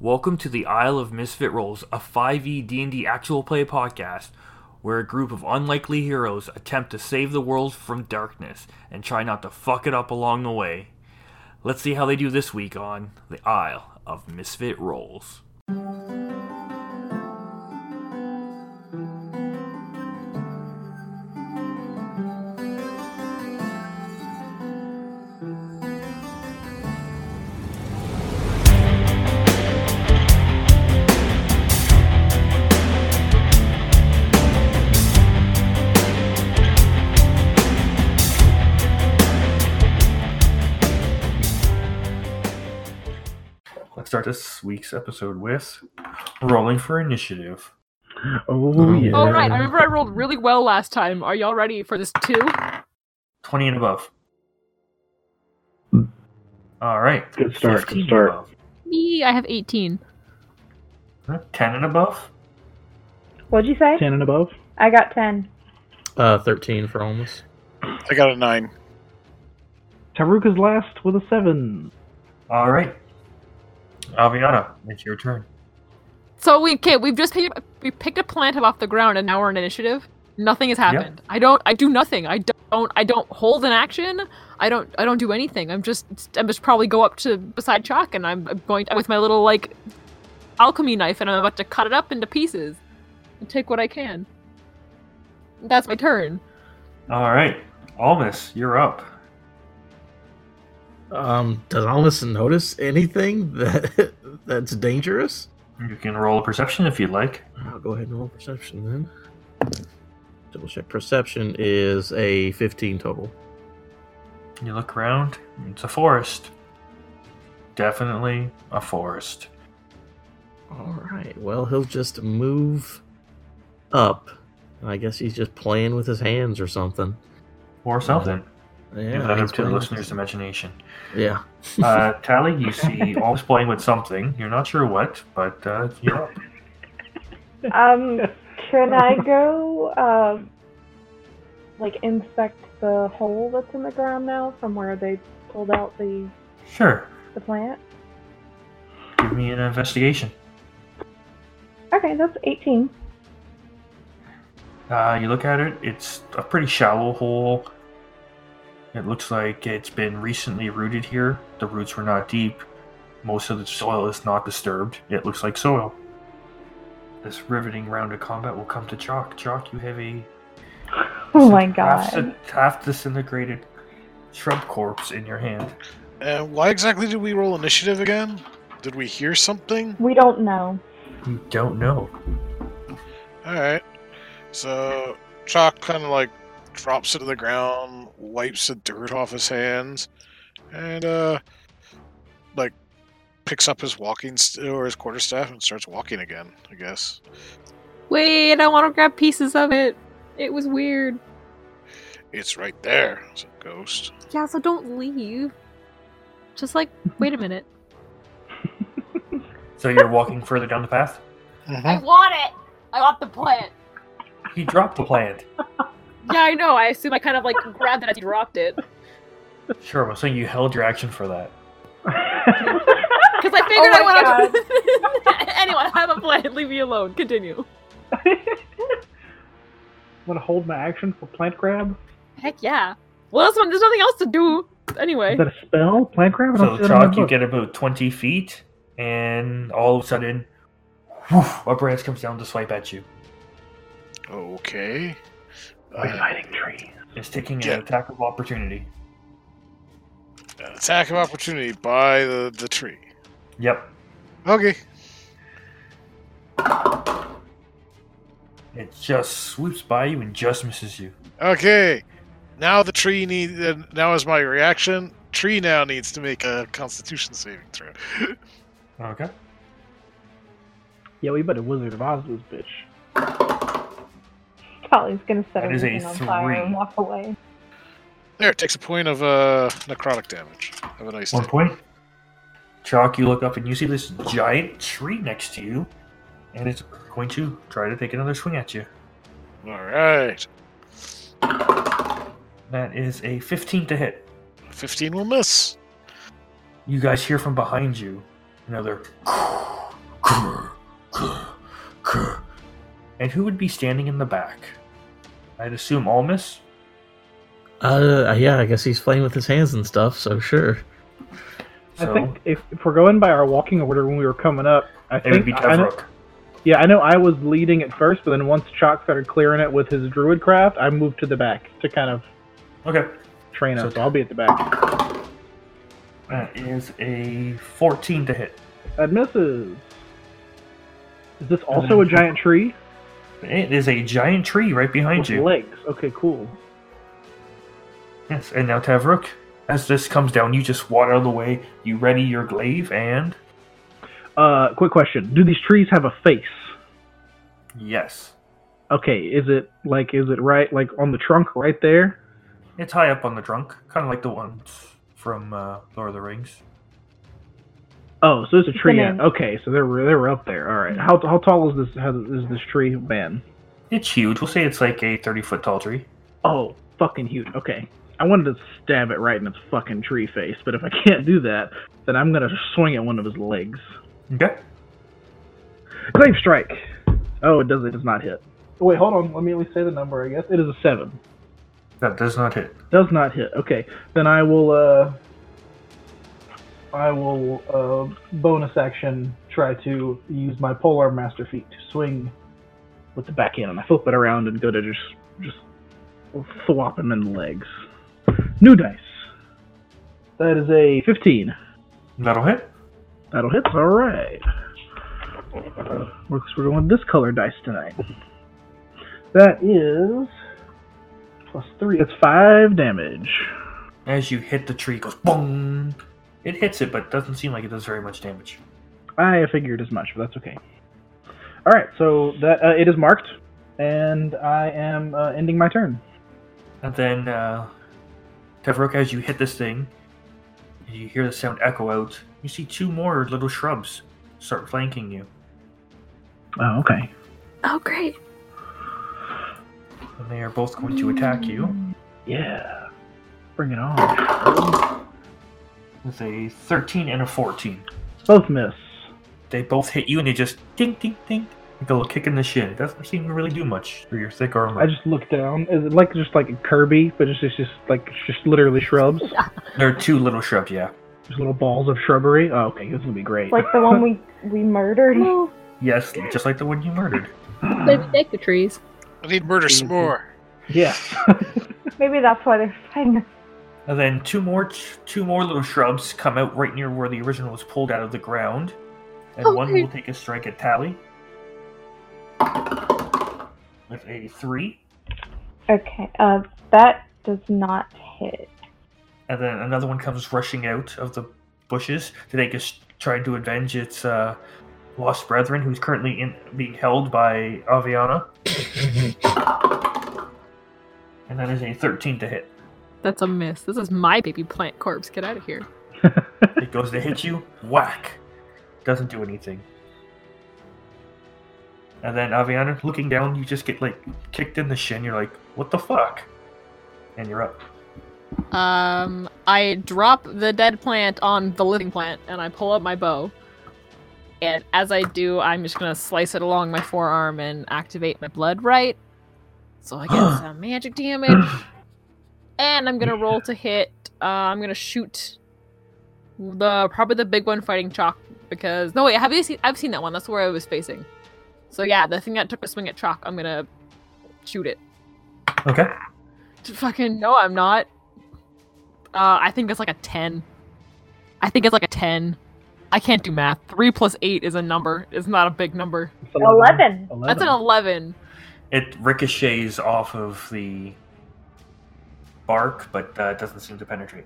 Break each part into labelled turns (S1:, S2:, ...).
S1: Welcome to the Isle of Misfit Rolls, a E 5e D&D actual play podcast where a group of unlikely heroes attempt to save the world from darkness and try not to fuck it up along the way. Let's see how they do this week on the Isle of Misfit Rolls. Let's start this week's episode with rolling for initiative.
S2: Oh yeah.
S3: All right, I remember I rolled really well last time. Are y'all ready for this too?
S1: 20 and above. All right.
S2: Good start.
S1: 15
S2: Good
S1: and
S2: start.
S1: above.
S3: Me, I have 18.
S1: Huh? 10 and above?
S4: What'd you say?
S2: Ten and above.
S4: I got ten.
S5: Uh, 13 for almost.
S6: I got a nine.
S2: Taruk is last with a seven.
S1: All right. Aviana, it's your turn.
S3: So we okay, we've just picked, we picked a plant up off the ground and now we're on initiative. Nothing has happened. I don't I do nothing. I don't I don't hold an action. I don't I don't do anything. I'm just I'm just probably go up to beside Chalk and I'm I'm going with my little like alchemy knife and I'm about to cut it up into pieces and take what I can. That's my turn.
S1: All right. Almus, you're up.
S5: Um, does Almas notice anything that that's dangerous?
S1: You can roll a perception if you'd like.
S5: I'll go ahead and roll perception then. Double check. Perception is a 15 total.
S1: You look around, it's a forest. Definitely a forest.
S5: All right. Well, he'll just move up. And I guess he's just playing with his hands or something.
S1: Or something.
S5: Yeah.
S1: Leave that
S5: he's
S1: up to the
S5: playing with-
S1: listener's imagination.
S5: Yeah.
S1: Uh, Tally, you see Almus playing with something. You're not sure what, but uh, you're up.
S4: Um, can I go, uh, like inspect the hole that's in the ground now from where they pulled out the
S1: Sure.
S4: the plant?
S1: Give me an investigation.
S4: Okay, that's eighteen.
S1: Uh, you look at it, it's a pretty shallow hole. It looks like it's been recently rooted here. The roots were not deep. Most of the soil is not disturbed. It looks like soil. This riveting round of combat will come to Chalk. Chalk, you have a
S4: Oh my
S1: half,
S4: god.
S1: half disintegrated shrub corpse in your hand.
S6: Uh, why exactly did we roll initiative again? Did we hear something?
S4: We don't know.
S1: You don't know.
S6: All right. So Chalk kind of like drops it to the ground, wipes the dirt off his hands, and uh, like picks up his walking st- or his quarterstaff and starts walking again. I guess.
S3: Wait, I want to grab pieces of it. It was weird.
S6: It's right there. It's a ghost.
S3: Yeah, so don't leave. Just like, wait a minute.
S1: So you're walking further down the path?
S3: I want it! I want the plant!
S1: He dropped the plant.
S3: Yeah, I know. I assume I kind of like grabbed it as you dropped it.
S1: Sure, I'm saying you held your action for that.
S3: Because I figured
S4: Oh
S3: I
S4: my
S3: want to. anyway, I have a plant. Leave me alone. Continue.
S2: Want to hold my action for plant grab?
S3: Heck yeah. Well, this one, there's nothing else to do. Anyway.
S2: Is that a spell? Plant grab? I don't
S1: So
S2: see that in my
S1: Chalk, you
S2: book.
S1: get about 20 feet, and all of a sudden, whoosh, a branch comes down to swipe at you.
S6: Okay.
S2: Big
S6: Uh,
S2: hiding tree.
S1: It's taking
S6: Yeah.
S1: an attack of opportunity.
S6: attack of opportunity by the, the tree.
S1: Yep.
S6: Okay.
S1: It just swoops by you and just misses you.
S6: Okay. Now the tree need. uh, Now is my reaction. Tree now needs to make a Constitution saving throw.
S1: Okay.
S2: Yeah, we better Wizard of Oz this bitch.
S4: Polly's gonna set
S1: That is a
S4: everything on fire
S1: three.
S4: and walk away.
S6: There, it takes a point of uh, necrotic damage. Have a nice
S1: One
S6: day.
S1: point. Chalk, you look up and you see this giant tree next to you, and it's going to try to take another swing at you.
S6: All right,
S1: That is a 15 to hit.
S6: fifteen will miss.
S1: You guys hear from behind you another And who would be standing in the back? I'd assume Almus.
S5: Uh, yeah, I guess he's playing with his hands and stuff, so sure.
S1: So
S2: I think if, if we're going by our walking order when we were coming up, I
S1: it would
S2: think
S1: be
S2: I know,
S1: Tevrook.
S2: yeah, I know I was leading at first, but then once Chalk started clearing it with his druid craft, I moved to the back to kind of
S1: Okay.
S2: train
S1: So-
S2: us. I'll be at the back.
S1: That is a 14 to hit.
S2: That Uh, misses. Is this also a giant tree
S1: It is a giant tree right behind
S2: with
S1: you.
S2: legs? Okay, cool.
S1: Yes, and now Tavrook, as this comes down, you just walk out of the way, you ready your glaive, and
S2: Uh, quick question: Do these trees have a face?
S1: yes.
S2: Okay, is it like is it right like on the trunk right there?
S1: It's high up on the trunk, kind of like the ones from uh, Lord of the Rings.
S2: Oh, so it's a
S4: It's
S2: tree.
S4: an
S2: end. Okay, so they're they're up there. All right. How how tall is this? How is this tree, man?
S1: It's huge. We'll say it's like a 30 foot tall tree.
S2: Oh, fucking huge. Okay. I wanted to stab it right in its fucking tree face, but if I can't do that, then I'm gonna swing at one of his legs.
S1: Okay.
S2: Glaive strike. Oh, it does. It does not hit. Wait, hold on. Let me at least say the number. I guess it is a seven.
S1: That does not hit.
S2: Does not hit. Okay. Then I will. uh... I will uh, bonus action try to use my polearm master feat to swing with the backhand, and I flip it around and go to just just thwop him in the legs. New dice. That is a 15.
S1: That'll hit.
S2: That'll hit. All right. Uh, Looks we're going with this color dice tonight. That is plus three. That's five damage.
S1: As you hit the tree, it goes boom. It hits it, but doesn't seem like it does very much damage.
S2: I figured as much, but that's okay. All right, so that uh, it is marked, and I am uh, ending my turn.
S1: And then, uh, Tevrok, as you hit this thing, and you hear the sound echo out, you see two more little shrubs start flanking you.
S2: Oh, okay.
S3: Oh, great.
S1: And they are both going to attack you
S2: Yeah. Bring it on.
S1: with a 13 and a 14.
S2: Both miss.
S1: They both hit you and they just ding, ding, ding. Like a little kick in the shin. It doesn't seem to really do much through your thick armor.
S2: I just look down. Is it like just like a Kirby, but it's just, just like it's just literally shrubs,
S1: There are two little shrubs, yeah.
S2: just little balls of shrubbery. Oh, okay, this will be great.
S4: Like the one we we murdered.
S1: Yes, just like the one you murdered.
S3: Maybe take the trees.
S6: I need murder some more.
S2: yeah.
S4: Maybe that's why they're fighting. us.
S1: And then two more, two more little shrubs come out right near where the original was pulled out of the ground, and
S3: Oh,
S1: one
S3: great.
S1: will take a strike at Tally with a three,
S4: Okay. Uh, that does not hit.
S1: and then another one comes rushing out of the bushes to take a s- trying to avenge its uh, lost brethren, who's currently in being held by Aviana. and that is a thirteen to hit.
S3: That's a miss. This is my baby plant corpse. Get out of here.
S1: It goes to hit you, whack. Doesn't do anything. And then Aviana, looking down, you just get like kicked in the shin. You're like, what the fuck? And you're up.
S3: Um, I drop the dead plant on the living plant and I pull up my bow. And as I do, I'm just gonna slice it along my forearm and activate my blood right. So I get some magic damage. And I'm gonna roll to hit. Uh, I'm gonna shoot the probably the big one fighting Chalk because no wait, have you seen? I've seen that one. That's where I was facing. So yeah, the thing that took a swing at Chalk, I'm gonna shoot it.
S1: Okay.
S3: Fucking no, I'm not. Uh, I think it's like a ten. I think it's like a ten. I can't do math. Three plus eight is a number. It's not a big number.
S2: It's Eleven.
S3: That's an eleven.
S1: It ricochets off of the bark, but uh, it doesn't seem to penetrate.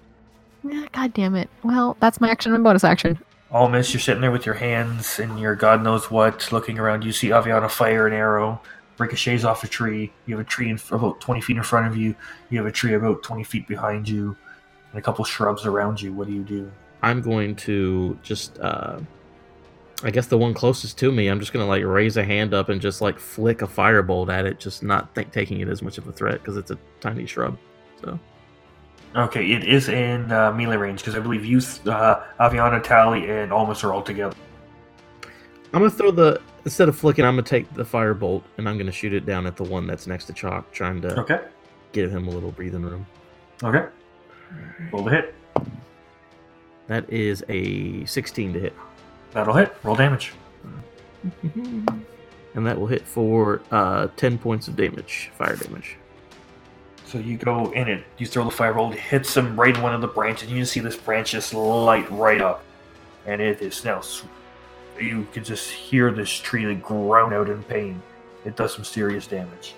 S3: Yeah, God damn it. Well, that's my action and bonus action.
S1: Almost, you're sitting there with your hands and your god knows what, looking around. You see Aviana fire an arrow, ricochets off a tree. You have a tree in, about 20 feet in front of you. You have a tree about 20 feet behind you, and a couple shrubs around you. What do you do?
S5: I'm going to just, uh, I guess the one closest to me, I'm just going to like raise a hand up and just like flick a firebolt at it, just not think taking it as much of a threat because it's a tiny shrub. So,
S1: Okay, it is in uh, melee range because I believe you, uh, Aviana, Tally, and Almost are all together.
S5: I'm gonna throw the instead of flicking, I'm gonna take the firebolt and I'm gonna shoot it down at the one that's next to Chalk, trying to
S1: Okay.
S5: give him a little breathing room.
S1: Okay. Roll the hit.
S5: That is a 16 to hit,
S1: That'll hit. Roll damage.
S5: and that will hit for uh, 10 points of damage, fire damage.
S1: So you go in it, you throw the fireball, it hits him right in one of the branches, and you see this branch just light right up. And it is now. s- You can just hear this tree like, groan out in pain. It does some serious damage.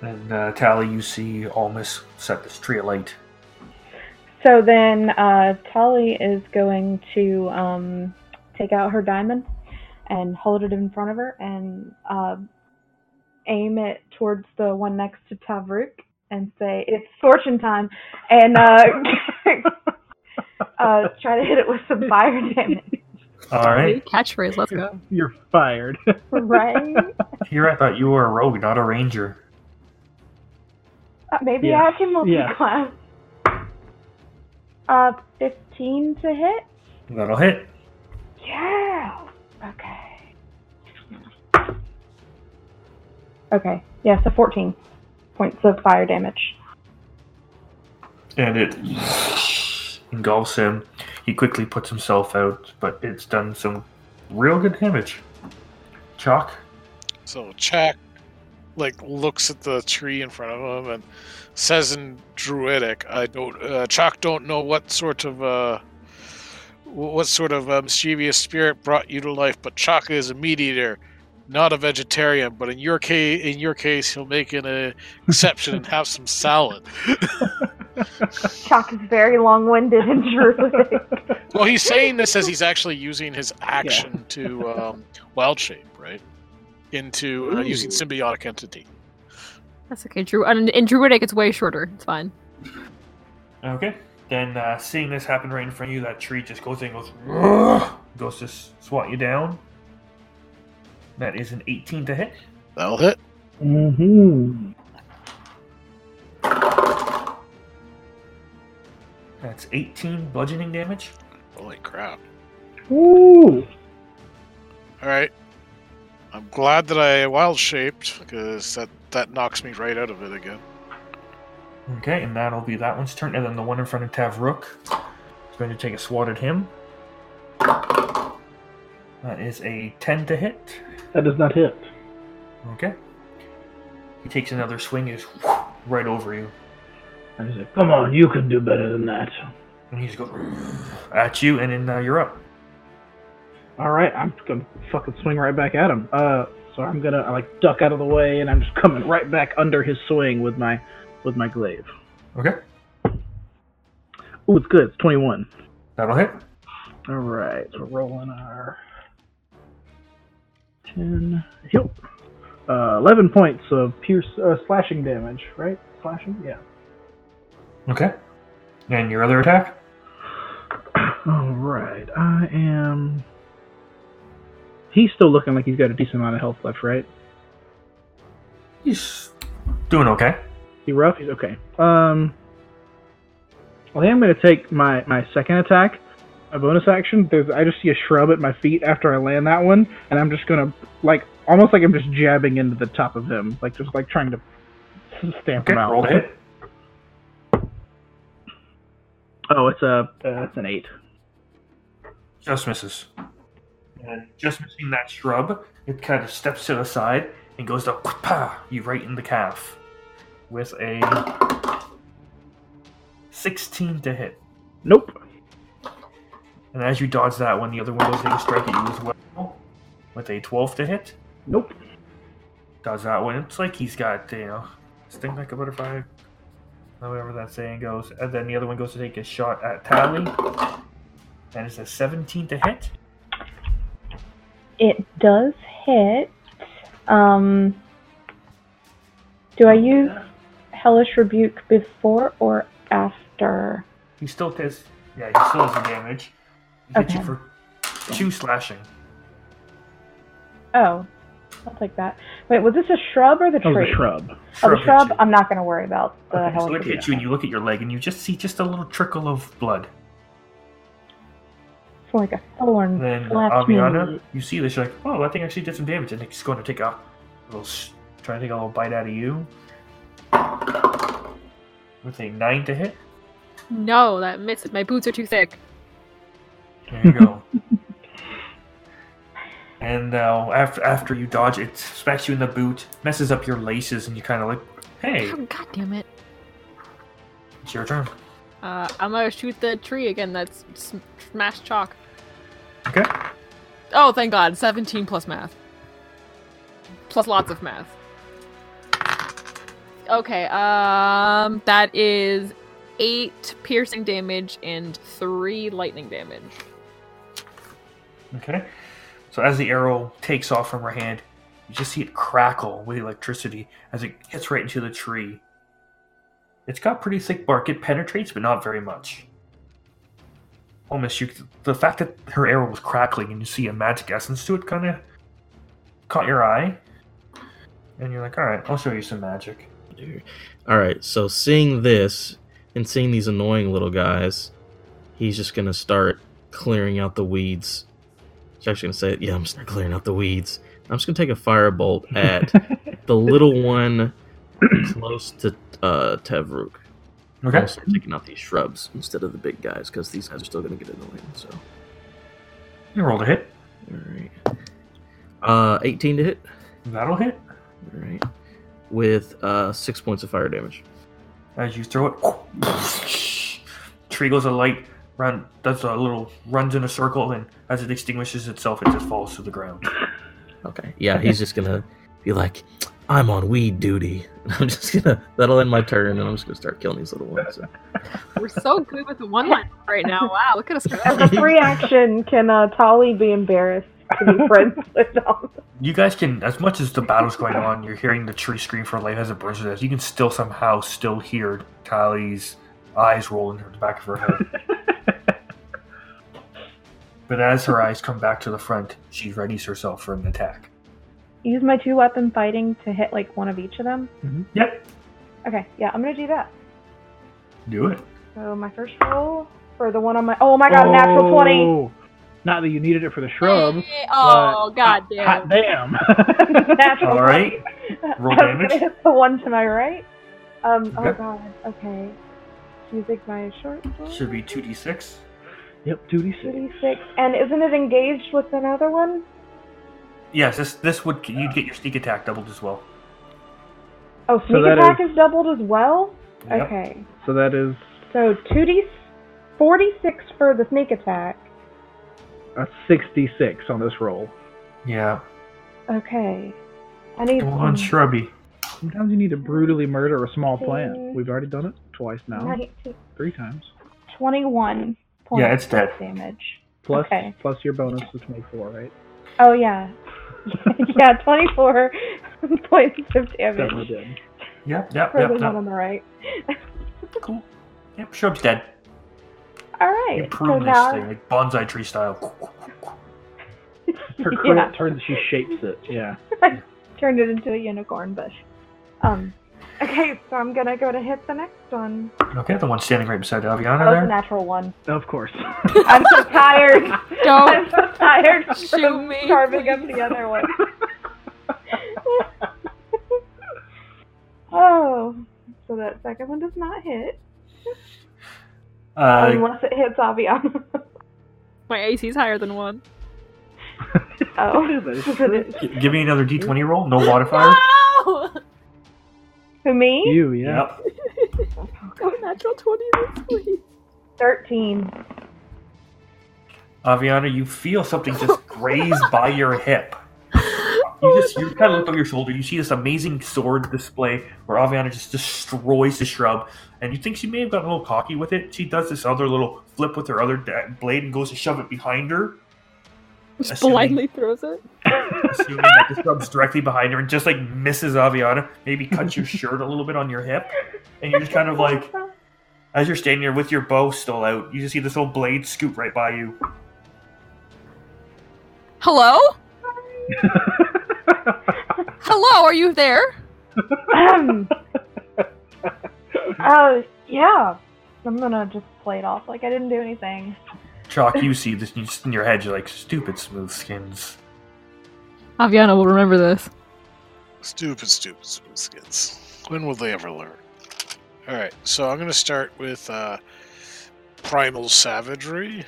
S1: And uh, Tally, you see Almus set this tree alight.
S4: So then uh, Tali is going to um, take out her diamond and hold it in front of her and uh, aim it towards the one next to Tavruk and say, It's fortune time! And uh, uh, try to hit it with some fire damage.
S1: All right.
S3: Catchphrase, let's go.
S2: You're fired.
S4: Right?
S1: Here, I thought you were a rogue, not a ranger.
S4: Uh, maybe
S2: Yeah.
S4: I can multi-class. Uh, 15 to hit?
S1: That'll hit.
S4: Yeah. Okay. Okay. Yeah, so 14 points of fire damage.
S1: and it engulfs him. He quickly puts himself out, but it's done some real good damage. Chalk,
S6: So Chak like looks at the tree in front of him and says in Druidic, "I don't, uh, Chak don't know what sort of uh, wh- what sort of uh, mischievous spirit brought you to life, but Chak is a meat eater, not a vegetarian. But in your case, in your case, he'll make an uh, exception and have some salad.
S4: Chalk is very long-winded and druidic.
S6: Well, he's saying this as he's actually using his action to um, wild shape, right? Into uh, using symbiotic entity.
S3: That's okay, Drew. And in Druidic, it's way shorter. It's fine.
S1: Okay. Then uh, seeing this happen right in front of you, that tree just goes in and goes, "Ugh," goes to s- swat you down. That is an 18 to hit.
S6: That'll hit.
S2: mm-hmm.
S1: That's 18 bludgeoning damage.
S6: Holy crap!
S2: Ooh.
S6: All right. I'm glad that I wild shaped because that that knocks me right out of it again.
S1: Okay, and that'll be that one's turn. And then the one in front of Tavrook is going to take a swat at him. That is a 10 to hit.
S2: That does not hit.
S1: Okay. He takes another swing, is right over you.
S2: And he's like, come on, you can do better than that.
S1: And he's going at you, and then uh, you're up.
S2: All right, I'm gonna fucking swing right back at him. Uh, so I'm gonna I, like duck out of the way, and I'm just coming right back under his swing with my with my glaive.
S1: Okay.
S2: Ooh, it's good. It's 21.
S1: That'll hit.
S2: All right, so we're rolling our 10. Yep. Uh, 11 points of pierce uh, slashing damage, right? Slashing, yeah.
S1: Okay. And your other attack?
S2: All right, I am. He's still looking like he's got a decent amount of health left, right?
S1: He's doing okay.
S2: He rough? He's okay. Um, I think I'm going to take my, my second attack, a bonus action. There's, I just see a shrub at my feet after I land that one, and I'm just going to, like, almost like I'm just jabbing into the top of him, like, just like trying to stamp
S1: Okay.
S2: him out.
S1: Roll the hit.
S2: Oh, it's a, uh, it's an eight.
S1: Just misses. And just missing that shrub, it kind of steps to the side and goes to pa you right in the calf with a 16 to hit.
S2: Nope.
S1: And as you dodge that one, the other one goes to strike at you as well with a 12 to hit.
S2: Nope.
S1: does that one. It's like he's got, you know, sting like a butterfly, however that saying goes. And then the other one goes to take a shot at Tally. That is a 17 to hit.
S4: It does hit. Um, do I use Hellish Rebuke before or after?
S1: He still does, yeah, he still has the damage. He hits you
S4: Okay.
S1: for two slashing.
S4: Oh, I'll take that. Wait, was this a shrub or the
S2: That was
S4: tree?
S2: a shrub.
S4: Oh,
S1: Shrub
S4: the
S1: hits
S4: shrub?
S1: you.
S4: I'm not going to worry about the
S1: Okay, so
S4: Hellish
S1: it
S4: Rebuke.
S1: hits you, and you look at your leg, and you just see just a little trickle of blood.
S4: It's like a
S1: And
S4: thorn.
S1: then
S4: slapped me.
S1: Aviana, you see this, you're like, oh, that thing actually did some damage. And it's going to take a little, s- try to take a little bite out of you. With a 9 to hit.
S3: No, that misses. My boots are too thick.
S1: There you go. and now, after, after you dodge, it smacks you in the boot, messes up your laces, and you kind of like, hey,
S3: Oh, God damn it.
S1: it's your turn.
S3: Uh, I'm gonna shoot the tree again. That's sm- smashed chalk.
S1: Okay.
S3: Oh, thank God. 17 plus math. Plus lots of math. Okay, um, that is eight piercing damage and three lightning damage.
S1: Okay. So as the arrow takes off from her hand, you just see it crackle with electricity as it hits right into the tree. It's got pretty thick bark. It penetrates, but not very much. Almost you, the fact that her arrow was crackling and you see a magic essence to it kind of caught your eye, and you're like, "All right, I'll show you some magic."
S5: All right, so seeing this and seeing these annoying little guys, he's just gonna start clearing out the weeds. He's actually gonna say, "Yeah, I'm just clearing out the weeds." I'm just gonna take a firebolt at the little one close to uh, Tevruk.
S1: Okay.
S5: Also taking out these shrubs instead of the big guys because these guys are still gonna get annoying. So,
S1: You rolled a hit.
S5: all right, uh, 18 to hit.
S1: That'll hit.
S5: All right, with uh, six points of fire damage.
S1: As you throw it, tree goes alight, run does a little runs in a circle, and as it extinguishes itself, it just falls to the ground.
S5: Okay. Yeah, he's just gonna be like, I'm on weed duty. And I'm just gonna that'll end my turn and I'm just gonna start killing these little ones. So.
S3: We're so good with the one line right now. Wow, look at us
S4: As
S3: go.
S4: a free action, can uh, Tolly be embarrassed to be friends with them?
S1: You guys can, as much as the battle's going on, you're hearing the tree scream for life as it burns to death. You can still somehow still hear Tally's eyes roll in the back of her head. but as her eyes come back to the front, she readies herself for an attack.
S4: Use my two weapon fighting to hit like one of each of them.
S1: Yep,
S4: Okay, yeah, I'm gonna do that.
S1: do it.
S4: So my first roll for the one on my oh my god, natural twenty.
S2: Oh, Not that you needed it for the shrub.
S3: Hey, Oh, god
S2: Hot
S3: damn.
S2: damn.
S4: Natural.
S1: All right,
S4: 20.
S1: roll
S4: I was gonna
S1: damage.
S4: hit the one to my right. Um. Oh
S1: Okay.
S4: god. Okay. Using my short sword.
S1: should be 2d6.
S2: yep, duty city.
S4: 36. And isn't it engaged with another one?
S1: Yes, this this would you'd get your sneak attack doubled as well.
S4: Oh,
S2: So
S4: sneak
S2: that
S4: attack
S2: is-
S4: is... doubled as well.
S1: Yep.
S4: Okay.
S2: So that is
S4: So two d forty six for the sneak attack.
S2: a 66 on this roll.
S1: Yeah.
S4: Okay. I need.
S1: Come on, Shrubby.
S2: Sometimes you need to brutally murder a small plant. We've already done it twice now,
S4: 19,
S2: three times.
S4: Twenty-one points
S1: Yeah, it's dead.
S4: of damage.
S2: Plus,
S4: Okay.
S2: plus your bonus is 24, right?
S4: Oh yeah, yeah, twenty-four points of
S2: Definitely
S4: damage
S2: did.
S1: Yep, yep,
S4: for
S1: yep,
S4: the one
S1: yep.
S4: on the right.
S1: Cool. Yep, Shrub's dead.
S4: All
S1: You
S4: right, so
S1: prune this
S4: now
S1: thing like bonsai tree style.
S2: Her crit
S4: yeah,
S2: turns, she shapes it. Yeah.
S4: turned it into a unicorn bush. Um, okay, so I'm gonna go to hit the next one.
S1: Okay, the one standing right beside
S4: That
S1: Aviana
S4: was a
S1: there.
S4: natural one.
S2: Of course.
S4: I'm so tired. I'm
S3: Don't
S4: so tired. from
S3: Oh. shoot me.
S4: Carving up the other one. oh, so that second one does not hit
S1: Uh,
S4: unless it hits Aviana.
S3: My AC's higher than one.
S4: oh,
S2: That is true.
S1: g- give me another d20 roll. No modifier.
S3: No!
S4: who me?
S2: you, yeah.
S1: Yep.
S3: Oh, natural 20 this week.
S4: Thirteen.
S1: Aviana, you feel something just graze by your hip. You just you kind of look over your shoulder. You see this amazing sword display where Aviana just destroys the shrub, and you think she may have gotten a little cocky with it. She does this other little flip with her other da- blade and goes to shove it behind her,
S3: Just
S1: Assuming-
S3: blindly throws it.
S1: assuming that the shrub's directly behind her, and just like misses Aviana. Maybe cuts your shirt a little bit on your hip, and you're just kind of like as you're standing there with your bow still out. You just see this whole blade scoop right by you.
S3: Hello? Hello, are you there?
S4: Um, oh yeah. I'm gonna just play it off like I didn't do anything.
S1: Chalk, you see this you just in your head. You're like, stupid smooth skins.
S3: Aviana will remember this.
S6: Stupid, stupid, stupid skins. When will they ever learn? All right, so I'm gonna start with uh, primal savagery.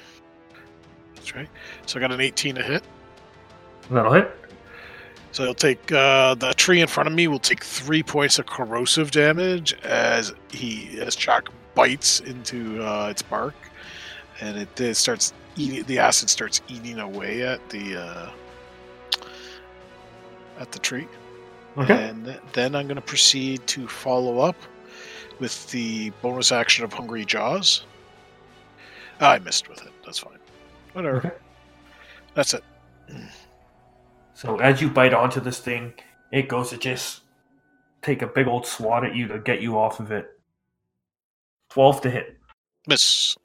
S6: That's right. So I got an 18 to hit.
S1: That'll hit.
S6: So it'll take uh, the tree in front of me will take three points of corrosive damage as he as Chalk bites into uh, its bark, and it, it starts eating the acid starts eating away at the uh, at the tree.
S1: Okay.
S6: And th- then I'm going to proceed to follow up with the bonus action of Hungry Jaws. Ah, I missed with it. That's fine. Whatever.
S1: Okay.
S6: That's it.
S1: So as you bite onto this thing, it goes to just take a big old swat at you to get you off of it. Twelve to hit.
S6: Miss.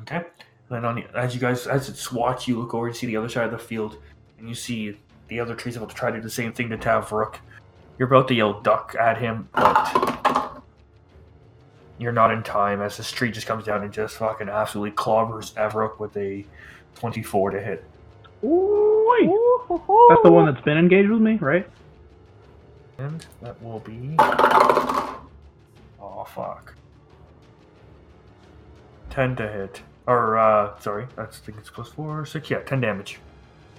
S1: Okay. Then on the, as you guys as it swats, you look over and see the other side of the field, and you see the other trees about to try to do the same thing to Tavrook. You're about to yell duck at him, but you're not in time as this tree just comes down and just fucking absolutely clobbers Avrook with a 24 to hit.
S2: Ooh-wee.
S4: Ooh-hoo-hoo.
S2: That's the one that's been engaged with me, right?
S1: And that will be. Oh, fuck. 10 to hit. Or, uh, sorry, that's, I think it's plus 4, 6, yeah, 10 damage.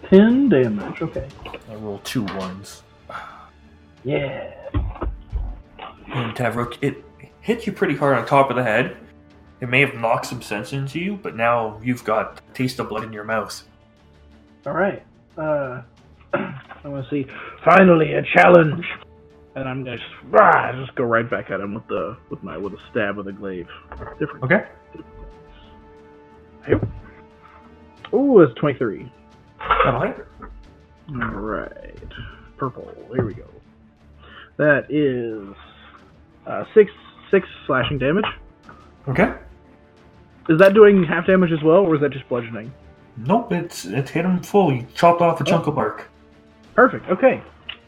S2: Ten damage. Okay.
S1: I roll two ones.
S2: Yeah.
S1: And Tavrook, it hit you pretty hard on top of the head. It may have knocked some sense into you, but now you've got a taste of blood in your mouth.
S2: All right. Uh, I'm gonna see. Finally, a challenge. And I'm gonna just, rah, just go right back at him with the with my with a stab of the glaive. Different.
S1: Okay.
S2: Yep. Ooh, it's 23.
S1: That'll hit.
S2: All right. Purple. Here we go. That is uh, six six slashing damage.
S1: Okay.
S2: Is that doing half damage as well, or is that just bludgeoning?
S1: Nope, it's it hit him full. You chopped off a chunk of bark.
S2: Perfect. Okay.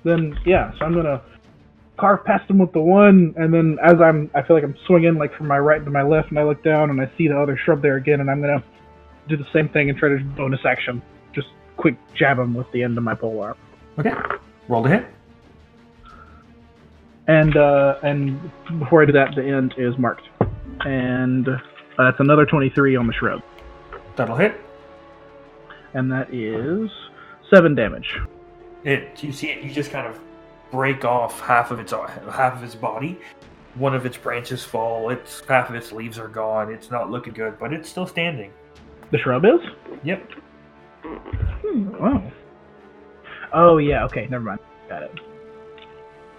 S2: Then yeah, so I'm gonna carve past him with the one, and then as I'm, I feel like I'm swinging like from my right to my left, and I look down and I see the other shrub there again, and I'm gonna do the same thing and try to bonus action, just quick jab him with the end of my polearm,
S1: Okay. Roll to hit.
S2: and uh, and before I do that, the end is marked, and uh, that's another 23 on the shrub,
S1: That'll hit.
S2: and that is seven damage.
S1: It you see it you just kind of break off half of its half of its body. One of its branches fall. Its half of its leaves are gone. It's not looking good, but it's still standing.
S2: The shrub is.
S1: Yep.
S2: Wow. Oh yeah. Okay. Never mind. Got it.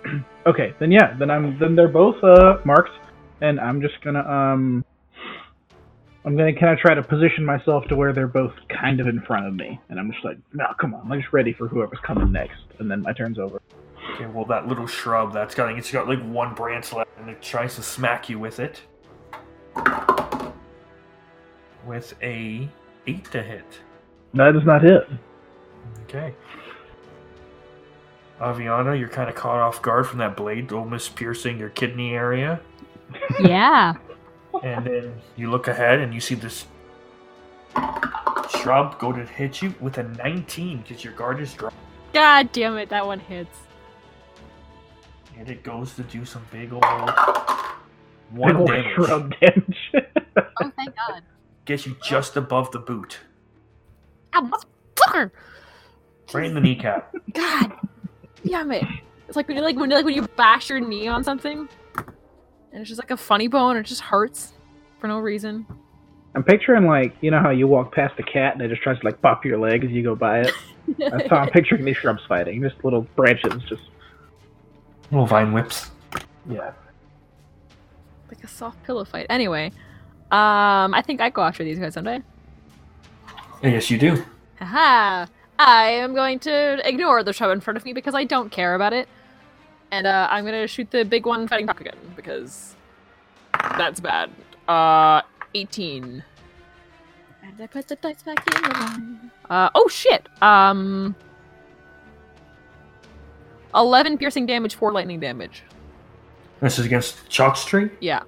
S2: okay. Then yeah. Then I'm. Then they're both uh, marked, and I'm just gonna um. I'm gonna kind of try to position myself to where they're both kind of in front of me, and I'm just like, no, come on, I'm just ready for whoever's coming next, and then my turn's over.
S1: Okay, well that little shrub that's got it's got like one branch left and it tries to smack you with it. With a eight to hit.
S2: That is not it.
S1: Okay. Aviana, you're kind of caught off guard from that blade almost piercing your kidney area.
S3: Yeah.
S1: And then you look ahead and you see this shrub go to hit you with a 19 because your guard is dropped.
S3: God damn it, that one hits.
S1: And it goes to do some big old one
S2: Big old
S1: damage.
S2: shrub damage.
S3: Oh, thank God.
S1: Gets you just above the boot,
S3: Ah, motherfucker!
S1: right in the kneecap.
S3: God damn it. It's like when you like when like when you bash your knee on something and it's just like a funny bone and it just hurts for no reason.
S2: I'm picturing like you know how you walk past a cat and it just tries to like pop your leg as you go by it. That's how I'm picturing these shrubs fighting, just little branches, just
S1: Little vine whips.
S2: yeah.
S3: like a soft pillow fight. Anyway, um I think I go after these guys, don't I?
S1: Yes, you do.
S3: Haha. I am going to ignore the shrub in front of me because I don't care about it. And uh, I'm going to shoot the big one fighting back again because that's bad. Uh, 18. And I put the dice back in the line. Uh, oh shit! Um. 11 piercing damage, 4 lightning damage.
S1: This is against Chalk's tree.
S3: Yeah.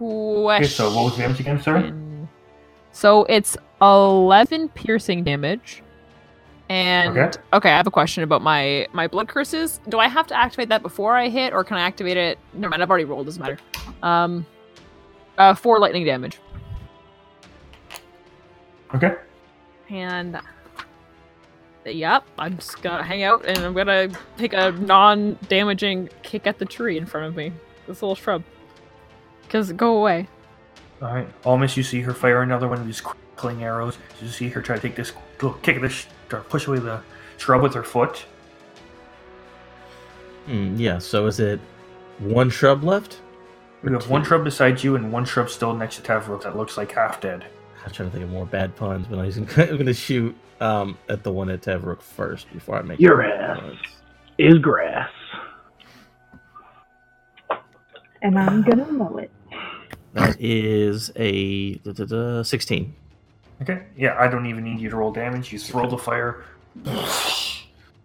S1: Okay,
S3: Question.
S1: so what was the damage again, sir?
S3: So it's 11 piercing damage. And
S1: Okay.
S3: okay, I have a question about my my blood curses. Do I have to activate that before I hit, or can I activate it? Never mind, I've already rolled. Doesn't matter. Um, uh, four lightning damage,
S1: Okay.
S3: and yep, I'm just gonna hang out, and I'm gonna take a non-damaging kick at the tree in front of me, this little shrub. Cause go away.
S1: All right. Almost, you see her fire another one of these crackling arrows. You see her try to take this little kick of the sh- or push away the shrub with her foot.
S5: Hmm, yeah. So is it one shrub left?
S1: You have one shrub beside you and one shrub still next to Tavro that looks like half dead.
S5: I'm trying to think of more bad puns, but I'm just gonna, I'm gonna shoot um, at the one at Tavrook first before I make
S2: Your
S5: any
S2: ass.
S5: puns.
S2: Is grass.
S4: and I'm gonna mow it.
S5: That is a da, da, da, 16.
S1: Okay. Yeah, I don't even need you to roll damage. You throw the fire.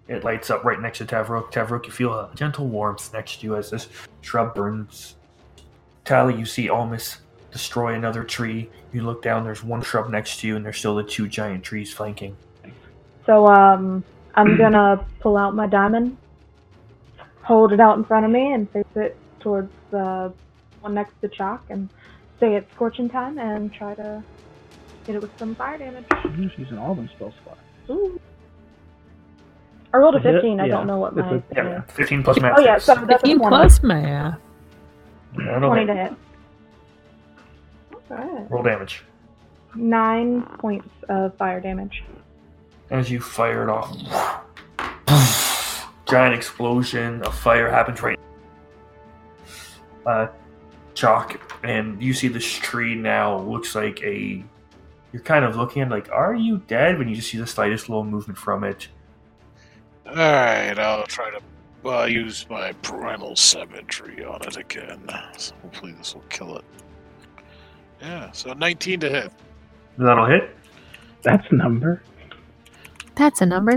S1: It lights up right next to Tavrok. Tavrok, you feel a gentle warmth next to you as this shrub burns. Tally, you see Almus destroy another tree. You look down, there's one shrub next to you, and there's still the two giant trees flanking.
S4: So um, I'm gonna pull out my diamond, hold it out in front of me, and face it towards the one next to Chalk, and say it's scorching time, and try to hit it with some fire damage.
S2: She's using all them spell slots.
S4: Ooh. I rolled a
S2: Is it?
S4: 15. I
S2: Yeah.
S4: don't know what my
S2: It's
S1: Yeah,
S4: thing
S1: yeah.
S4: is.
S1: 15 plus max.
S4: Oh yeah,
S1: six.
S4: so that's a
S3: 15
S4: 20.
S3: E plus math.
S1: Yeah, roll
S4: 20 to
S1: damage.
S4: hit. Alright.
S1: Roll damage.
S4: Nine points of fire damage.
S1: as you fire it off. Giant explosion of fire happens right. Uh, chalk, and you see this tree now looks like a. You're kind of looking at like, are you dead? When you just see the slightest little movement from it.
S6: All right, I'll try to uh, use my primal savagery on it again. So hopefully this will kill it. Yeah, so 19 to hit.
S1: That'll hit.
S2: That's number.
S3: That's a number.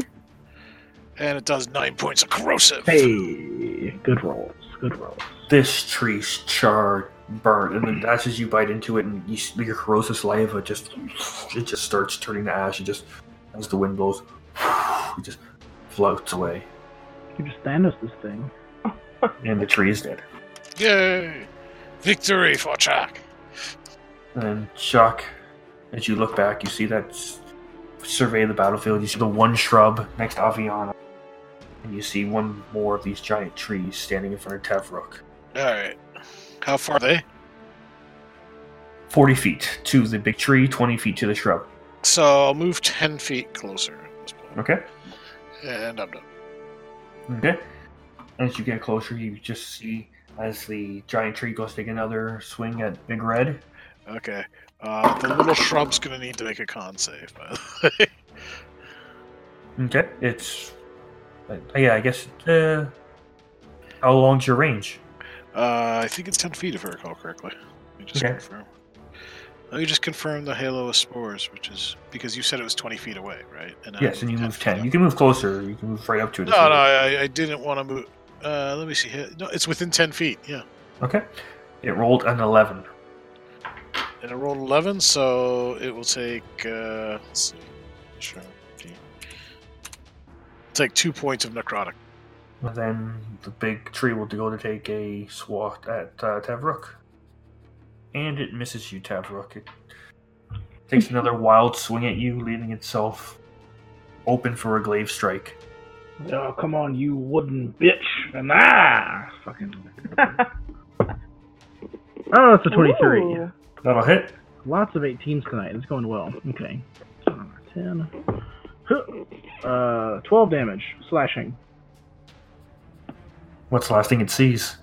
S6: And it does 9 points of corrosive.
S2: Hey, good rolls. Good rolls.
S1: This tree's charred, burnt, and then that's as you bite into it, and you, s- your corrosive saliva just it just starts turning to ash. It just as the wind blows, it just floats away,
S2: You just Thanos this thing.
S1: and the tree is dead.
S6: Yay! Victory for Chuck!
S1: And Chuck, as you look back, you see that s- survey of the battlefield. You see the one shrub next to Aviana, and you see one more of these giant trees standing in front of Tevrook.
S6: All right. How far are they?
S1: Forty feet to the big tree, twenty feet to the shrub.
S6: So I'll move 10 feet closer at this point.
S1: Okay.
S6: And I'm done.
S1: Okay. As you get closer, you just see as the giant tree goes to take another swing at Big Red.
S6: Okay. Uh, the little shrub's gonna need to make a con save, by the way.
S1: Okay. It's uh, yeah, I guess. Uh, how long's your range?
S6: Uh, I think it's 10 feet if I recall correctly. Let me just
S1: Okay.
S6: confirm. Let me just confirm the halo of spores, which is because you said it was 20 feet away, right? I
S1: yes, and you move
S6: moved
S1: ten. You
S6: feet
S1: can move closer. You can move right up to it. if
S6: up.
S1: you
S6: No, no,
S1: want.
S6: I, I didn't want to move. Uh, let me see here. No, it's within 10 feet, yeah.
S1: Okay. It rolled an 11.
S6: And I rolled 11, so it will take. Uh, let's see. Sure. Okay. Take two points of necrotic.
S1: And then the big tree will go to take a swat at uh, Tavrook. And it misses you, Tavrook. It takes another wild swing at you, leaving itself open for a glaive strike.
S2: Oh, come on, you wooden bitch. And ah! Fucking. Oh, that's a 23.
S4: Ooh.
S1: That'll hit.
S2: Lots of 18s tonight. It's going well. Okay. 10. Huh. Uh, 12 damage. Slashing.
S1: What's the last thing it sees?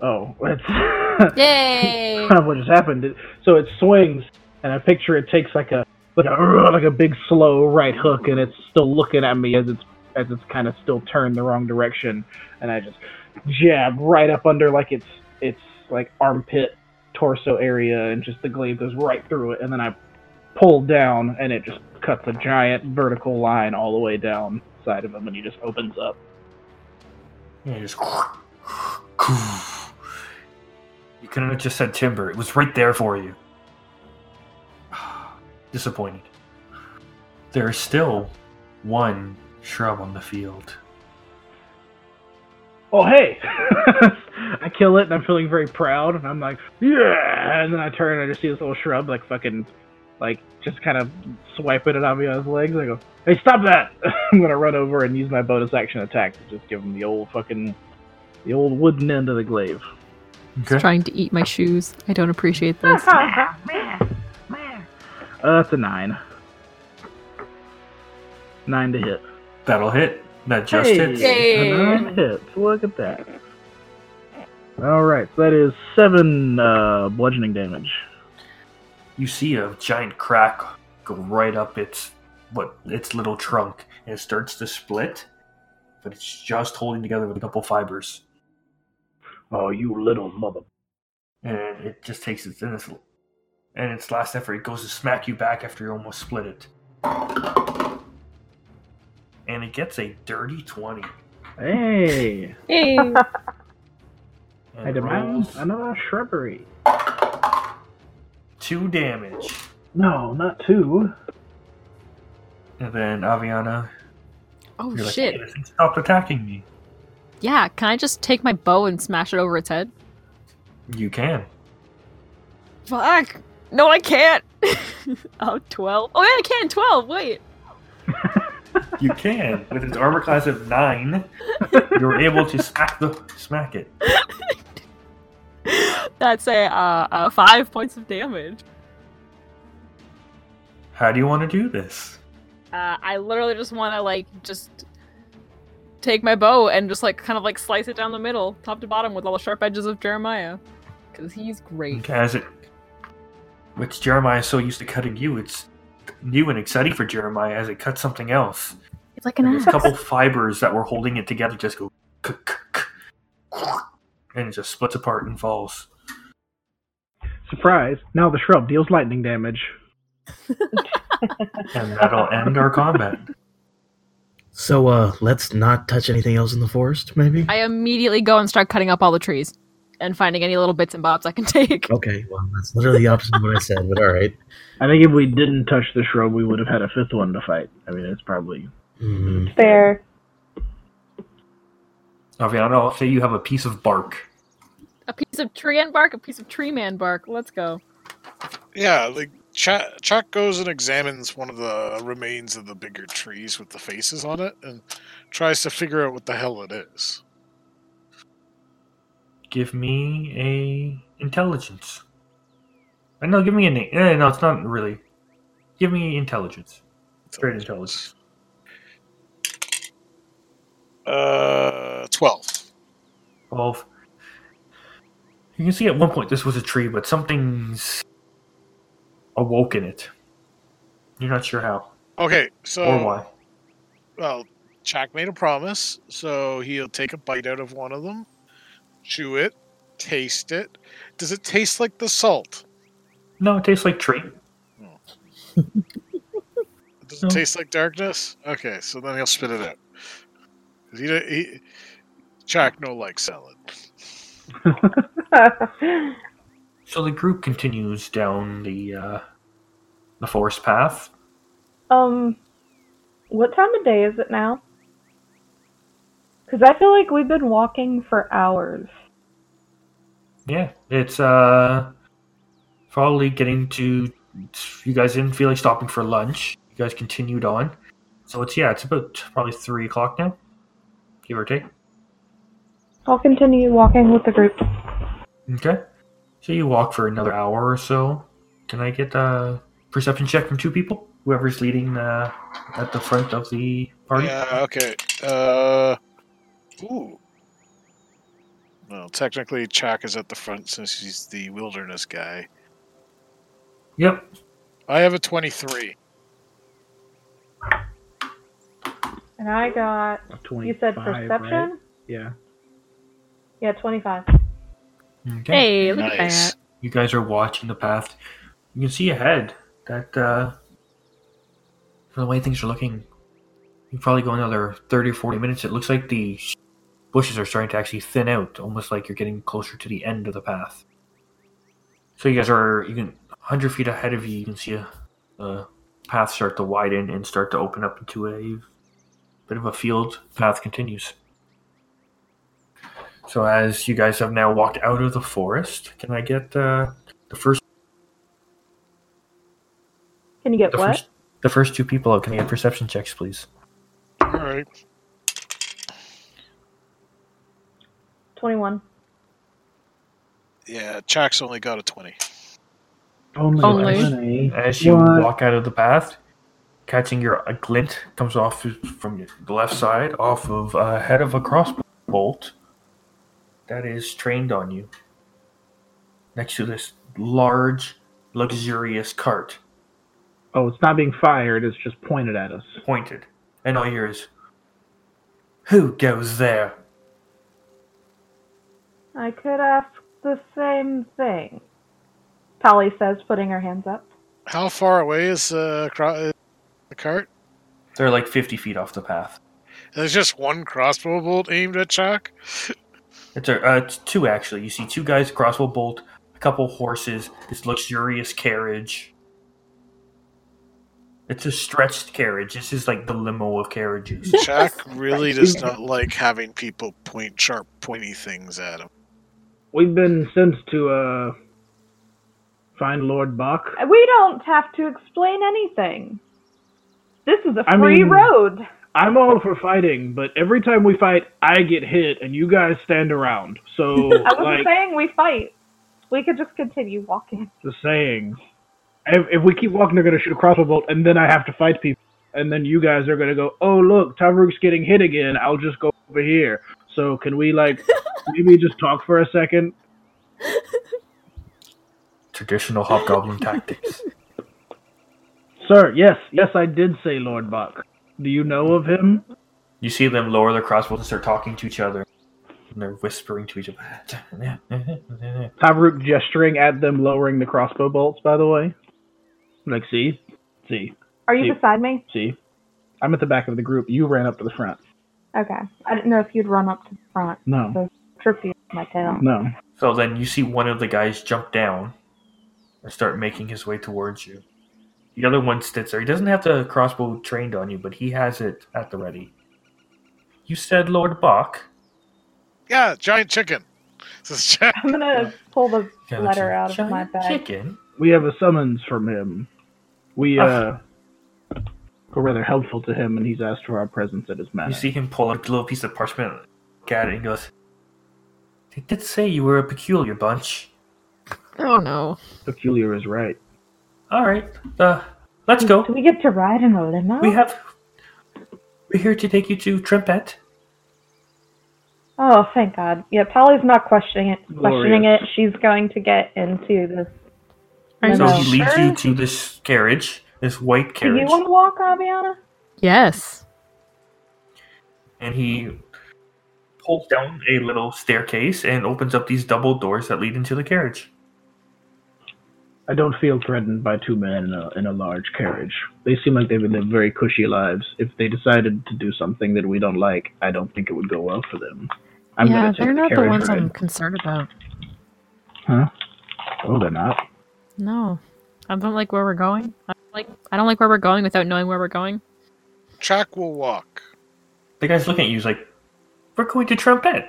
S2: Oh, that's.
S3: Yay!
S2: kind of what just happened. It- So it swings, and I picture it takes like a like a like a big slow right hook, and it's still looking at me as it's as it's kind of still turned the wrong direction, and I just jab right up under like it's it's like armpit torso area, and just the glaive goes right through it, and then I pull down, and it just cuts a giant vertical line all the way down side of him, and he just opens up.
S1: And it just. You couldn't have just said timber. It was right there for you. disappointed. There is still one shrub on the field.
S2: Oh hey! I kill it and I'm feeling very proud and I'm like, yeah! And then I turn and I just see this little shrub like fucking, like just kind of swiping at Amiya's legs. I go, hey, stop that! I'm gonna run over and use my bonus action attack to just give him the old fucking, the old wooden end of the glaive.
S1: Okay.
S3: Trying to eat my shoes. I don't appreciate this.
S2: Uh, that's a nine. Nine to hit.
S1: That'll hit. That just
S2: hey,
S1: hits.
S3: Yay.
S2: a nine hits. Look at that. All right, so that is seven uh, bludgeoning damage.
S1: You see a giant crack go right up its what its little trunk, and it starts to split, but it's just holding together with a couple fibers,
S2: Oh, you little mother!
S1: and it just takes its and its and its last effort. It goes to smack you back after you almost split it, and it gets a dirty twenty.
S2: Hey,
S3: Yay.
S1: And
S2: I
S1: it
S2: demand
S1: rolls
S2: another shrubbery.
S1: two damage,
S2: No, not two.
S1: and then Aviana,
S3: Oh
S1: you're like,
S3: shit.
S1: "Hey, this thing stopped attacking me.
S3: Yeah, can I just take my bow and smash it over its head?
S1: You can.
S3: Fuck. No, I can't. oh, 12. Oh, yeah, I can. 12. Wait.
S1: You can. With its armor class of nine, you're able to smack the smack it.
S3: That's a uh, uh, five points of damage.
S1: How do you want to do this?
S3: Uh, I literally just want to, like, just take my bow and just, like, kind of, like, slice it down the middle, top to bottom, with all the sharp edges of Jeremiah. Because he's great.
S1: As it, which Jeremiah is so used to cutting you, it's new and exciting for Jeremiah as it cuts something else.
S3: It's like an
S1: And
S3: ass.
S1: those couple fibers that were holding it together just go, and it just splits apart and falls.
S2: Surprise! Now the shrub deals lightning damage.
S1: And that'll end our combat.
S5: So uh let's not touch anything else in the forest, maybe?
S3: I immediately go and start cutting up all the trees and finding any little bits and bobs I can take.
S5: okay, well that's literally the opposite of what I said, but alright.
S2: I think if we didn't touch the shrub, we would have had a fifth one to fight. I mean, it's probably
S5: Mm,
S4: Fair.
S1: Aviana, I'll say you have a piece of bark.
S3: A piece of tree and bark, a piece of tree man bark. Let's go.
S6: Yeah, like Chuck, Chuck goes and examines one of the remains of the bigger trees with the faces on it and tries to figure out what the hell it is.
S1: give me a intelligence. Uh, No, give me a name. Eh, no, it's not really. Give me intelligence. Straight intelligence.
S6: Uh, 12.
S1: Twelve. You can see at one point this was a tree, but something's awoke in it. You're not sure how
S6: Okay, so.
S1: or why.
S6: Well, Chuck made a promise, so he'll take a bite out of one of them, chew it, taste it. Does it taste like the salt?
S1: No, it tastes like tree.
S6: Does it
S1: No.
S6: taste like darkness? Okay, so then he'll spit it out. 'Cause He, don't- he, Chuck no like salad.
S1: So the group continues down the uh, the forest path.
S4: um, what time of day is it now? Because I feel like we've been walking for hours.
S1: Yeah, it's uh probably getting to you guys didn't feel like stopping for lunch. You guys continued on. So it's yeah, it's about probably three o'clock now. Give or take.
S4: I'll continue walking with the group.
S1: Okay. So you walk for another hour or so. Can I get a perception check from two people? Whoever's leading uh, at the front of the party.
S6: Yeah, okay. Uh, ooh. Well, technically, Chuck is at the front since he's the wilderness guy.
S1: Yep.
S6: I have a 23.
S4: And I got,
S2: twenty.
S4: you said perception?
S2: Yeah.
S4: Yeah, 25.
S1: Okay.
S3: Hey, look at
S6: nice.
S3: that.
S1: You guys are watching the path. You can see ahead that, uh, from the way things are looking, you probably go another 30 or 40 minutes. It looks like the sh- bushes are starting to actually thin out, almost like you're getting closer to the end of the path. So you guys are, you can, 100 feet ahead of you, you can see a, the paths start to widen and start to open up into a bit of a field. Path continues. So as you guys have now walked out of the forest, can I get uh, the first
S4: Can you get
S1: the
S4: what?
S1: first the first two people out? Can I get perception checks, please?
S6: All right.
S4: 21.
S6: Yeah, Chuck's only got a twenty.
S2: Only.
S3: Only.
S2: Only.
S1: As you
S2: What?
S1: walk out of the path, catching your a glint comes off from the left side, off of uh, head of a crossbow bolt that is trained on you. Next to this large, luxurious cart,
S2: Oh, it's not being fired. It's just pointed at us.
S1: pointed, and all you hear is, "Who goes there?"
S4: I could ask the same thing. Polly says, putting her hands up.
S6: How far away is uh, cro- uh, the cart?
S1: They're like fifty feet off the path.
S6: There's just one crossbow bolt aimed at Chuck.
S1: It's a, uh, it's two actually. You see two guys, crossbow bolt, a couple horses, this luxurious carriage. It's a stretched carriage. This is like the limo of carriages.
S6: Chuck really does not like having people point sharp, pointy things at him.
S2: We've been sent to uh, find Lord Bach.
S4: We don't have to explain anything. This is a
S2: I
S4: free
S2: mean-
S4: road.
S2: I'm all for fighting, but every time we fight, I get hit, and you guys stand around. So,
S4: I wasn't
S2: like
S4: saying we fight. We could just continue walking.
S2: the saying, if, if we keep walking, they're gonna shoot a crossbow bolt, and then I have to fight people, and then you guys are gonna go, "Oh look, Tavruk's getting hit again. I'll just go over here." So, can we like maybe just talk for a second?
S1: Traditional hobgoblin tactics.
S2: Sir, yes, yes, I did say Lord Bach. Do you know of him?
S1: You see them lower their crossbows and start talking to each other. And they're whispering to each other.
S2: Tavruk gesturing at them, lowering the crossbow bolts. By the way, like, see, see,
S4: Are you
S2: You-
S4: beside me?
S2: See, I'm at the back of the group. You ran up to the front.
S4: Okay. I didn't know if you'd run up to the front.
S2: No,
S4: Trip you with my tail.
S2: no.
S1: so then you see one of the guys jump down and start making his way towards you. The other one sits there. He doesn't have the crossbow trained on you, but he has it at the ready. You said Lord Bach.
S6: Yeah, giant chicken. Says Chuck.
S4: I'm gonna pull the
S1: Yeah, that's
S4: letter
S1: a
S4: out of my
S1: giant
S4: bag.
S1: Chicken.
S2: We have a summons from him. We
S1: Ah.
S2: uh, were rather helpful to him, and he's asked for our presence at his
S1: You
S2: manor.
S1: see him pull up a little piece of parchment, look at it, and goes, "They did say you were a peculiar bunch.
S3: Oh no.
S2: Peculiar is right.
S1: All right, uh, let's go.
S4: Do we get to ride in a limo?
S1: We have. We're here to take you to Trimpet.
S4: Oh, thank God. Yeah, Polly's not questioning it. Questioning it.
S2: Glorious.
S4: She's going to get into this.
S3: Are you
S1: So
S4: limo.
S1: he leads you to this carriage, this white
S4: Do you
S1: carriage,
S4: want to walk, Aviana?
S3: Yes.
S1: and he pulls down a little staircase and opens up these double doors that lead into the carriage.
S2: I don't feel threatened by two men in a, in a large carriage. They seem like they've lived very cushy lives. If they decided to do something that we don't like, I don't think it would go well for them. I'm gonna
S3: yeah,
S2: take
S3: they're not the
S2: carriage
S3: ones
S2: ride.
S3: I'm concerned about.
S2: Oh, they're not.
S3: No. I don't like where we're going. I don't like I don't like where we're going without knowing where we're going.
S6: Chuck will walk.
S1: The guy's looking at you. He's like, "We're going to Trimpet."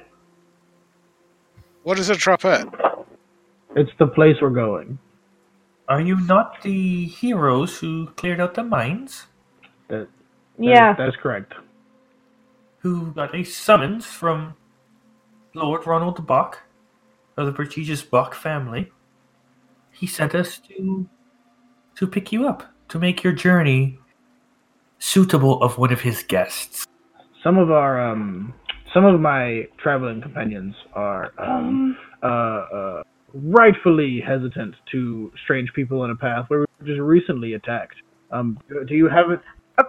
S6: What is a trumpet?
S2: It's the place we're going.
S1: Are you not the heroes who cleared out the mines?
S2: That, that-
S4: Yeah.
S2: that's correct.
S1: Who got a summons from Lord Ronald Buck of the prestigious Buck family? He sent us to to pick you up to make your journey suitable of one of his guests.
S2: some of our um some of my traveling companions are um, uh, uh, rightfully hesitant to strange people on a path where we were just recently attacked. Um, do you have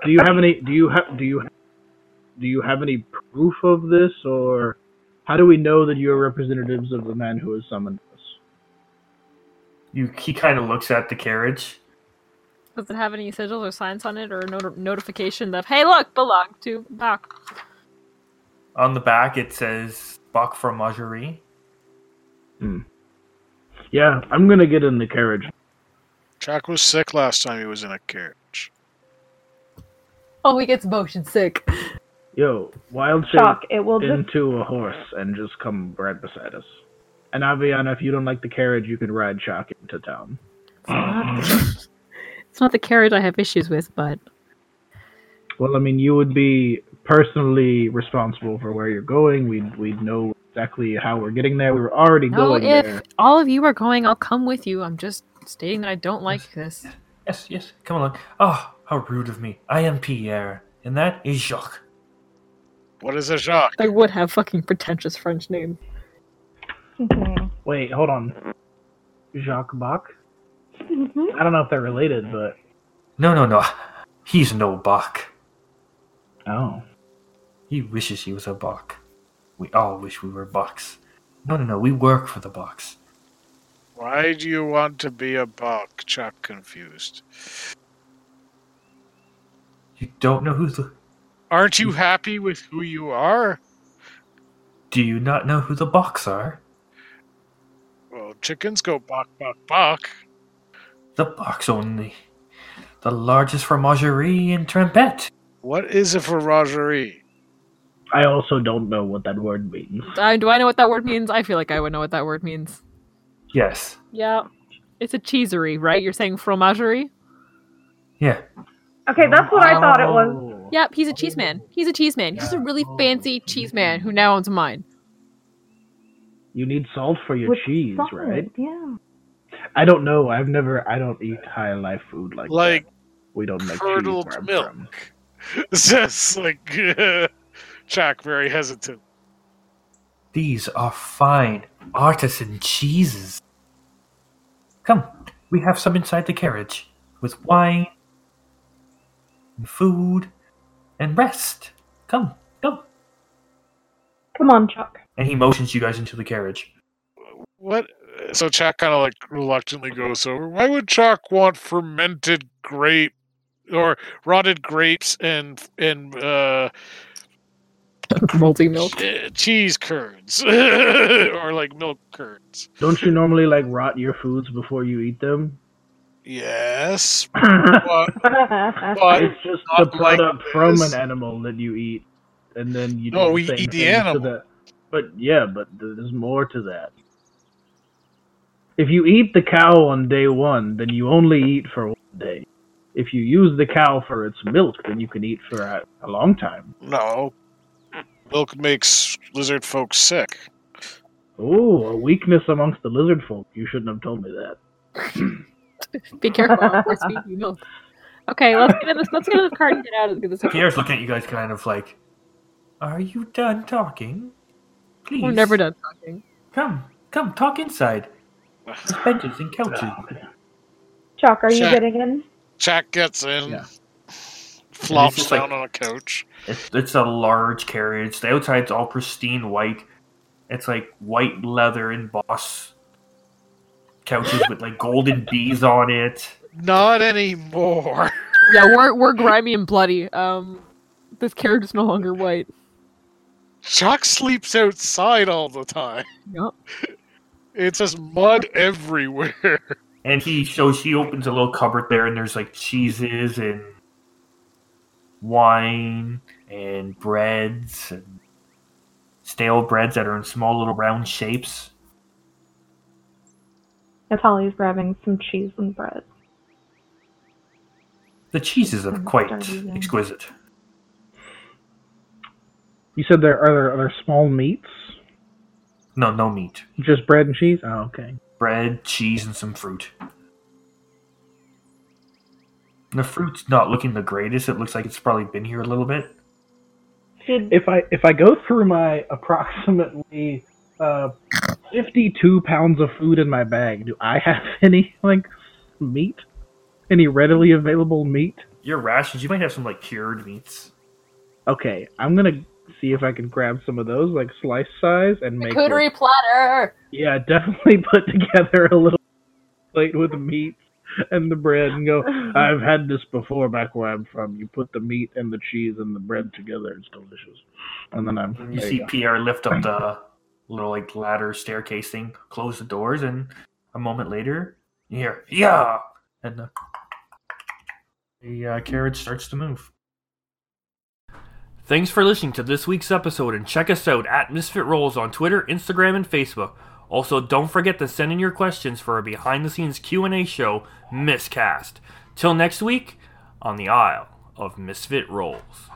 S2: do you have any do you have do you do you have any proof of this or how do we know that you are representatives of the man who has summoned us?
S1: You, he kind of looks at the carriage.
S3: Does it have any sigils or signs on it or not- notification that hey look, belong to Bach.
S1: On the back, it says Buck from Majorie.
S2: Yeah, I'm gonna get in the carriage.
S6: Chuck was sick last time he was in a carriage.
S3: Oh, he gets motion sick.
S2: Yo, wild shape
S4: Chalk, it will just
S2: into a horse and just come right beside us. And Aviana, if you don't like the carriage, you can ride Chalk into town.
S3: It's not- it's not the carriage I have issues with, but
S2: Well, I mean, you would be personally responsible for where you're going. We'd we'd know exactly how we're getting there. We were already
S3: no.
S2: going
S3: If
S2: there.
S3: all of you are going, I'll come with you. I'm just stating that I don't like this.
S1: Yes, yes, come along. Oh, how rude of me. I am Pierre, and that is Jacques.
S6: What is a Jacques?
S3: I would have fucking pretentious French name.
S4: Mhm.
S2: Wait, hold on. Jacques Bach.
S4: Mhm.
S2: I don't know if they're related, but
S1: No, no, no. He's no Bach.
S2: oh,
S1: He wishes he was a Bach. We all wish we were Bachs. No, no, no. We work for the Bachs.
S6: Why do you want to be a buck? Chuck confused.
S1: You don't know who the.
S6: Aren't you happy with who you are?
S1: Do you not know who the Bachs are?
S6: Well, chickens go buck, buck, buck.
S1: The Bachs own the, the largest fromagerie in Trompette.
S6: What is a fromagerie?
S2: I also don't know what that word means.
S3: Uh, do I know what that word means? I feel like I would know what that word means.
S1: Yes.
S3: Yeah, it's a cheesery, right? You're saying fromagerie.
S1: Yeah.
S4: Okay, that's what I thought it was.
S2: Oh.
S3: Yep, he's a cheese man. He's a cheese man. He's just a really fancy cheese man who now owns mine.
S2: You need salt for your
S4: With
S2: cheese,
S4: salt,
S2: right?
S4: Yeah.
S2: I don't know. I've never. I don't eat high life food like
S6: Like
S2: that. we don't make cheese
S6: curdled
S2: where I'm
S6: milk.
S2: from.
S6: Says like Chuck, very hesitant.
S1: These are fine artisan cheeses. Come, we have some inside the carriage with wine and food and rest. Come, come.
S4: Come on, Chuck.
S1: And he motions you guys into the carriage.
S6: What? So Chuck kind of like reluctantly goes over. Why would Chuck want fermented grape or rotted grapes and and uh,
S3: Multi milk.
S6: eh, cheese curds or like milk curds?
S2: Don't you normally like rot your foods before you eat them?
S6: Yes,
S2: it's
S6: but
S4: Chuck
S2: just the
S6: Not like
S2: product from
S6: this.
S2: an animal that you eat, and then you.
S6: No,
S2: do the
S6: we
S2: same
S6: eat the
S2: thing to
S6: animal.
S2: but yeah, but th- there's more to that. If you eat the cow on day one, then you only eat for one day. If you use the cow for its milk, then you can eat for a, a long time.
S6: no. Milk makes lizard folks sick.
S2: Oh, a weakness amongst the lizard folk. You shouldn't have told me that.
S3: Be careful. I'll force feed you milk. Okay, let's get in this. Let's get in this car and get out of this.
S1: Pierre's looking at you guys kind of like, Are you done talking? Please.
S3: We're never done talking.
S1: Come, come, talk inside. There's benches and couches.
S4: are you
S6: Chuck.
S4: getting in?
S6: Chuck gets in,
S2: Yeah.
S1: And it's
S6: flops
S1: just like-
S6: down on a couch.
S1: It's, it's a large carriage. The outside's all pristine white. It's like white leather embossed couches with like golden bees on it.
S6: Not anymore.
S3: Yeah, we're we're grimy and bloody. Um, this carriage is no longer white.
S6: Chuck sleeps outside all the time.
S3: Yup.
S6: It's just mud everywhere.
S1: And he so she opens a little cupboard there, and there's like cheeses and wine and breads and stale breads that are in small little round shapes.
S4: Natalie's grabbing some cheese and bread.
S1: The cheeses are
S4: Mhm,
S1: quite
S4: dirty, yeah.
S1: exquisite.
S2: You said there are there, are there small meats,
S1: No, no meat.
S2: just bread and cheese. Oh, okay.
S1: bread, cheese, and some fruit. The fruit's not looking the greatest. It looks like it's probably been here a little bit.
S4: Did
S2: if I if I go through my approximately uh, fifty two pounds of food in my bag, do I have any like meat? Any readily available meat?
S1: Your rations, you might have some like cured meats.
S2: Okay, I'm gonna see if I can grab some of those, like slice size, and make.
S3: Cootery platter.
S2: it. Yeah, definitely put together a little plate with the meat and the bread, and go. I've had this before back where I'm from. You put the meat and the cheese and the bread together; it's delicious. And then I'm.
S1: And you
S2: Mm-hmm. there
S1: see
S2: go.
S1: Pierre lift up the little like ladder staircase thing, close the doors, and a moment later, you hear, yeah!
S7: and uh, the uh, carriage starts to move.
S1: Thanks for listening to this week's episode and check us out at Misfit Rolls on Twitter, Instagram, and Facebook. Also, don't forget to send in your questions for our behind-the-scenes Q&A show, Miscast. Till next week, on the Isle of Misfit Rolls.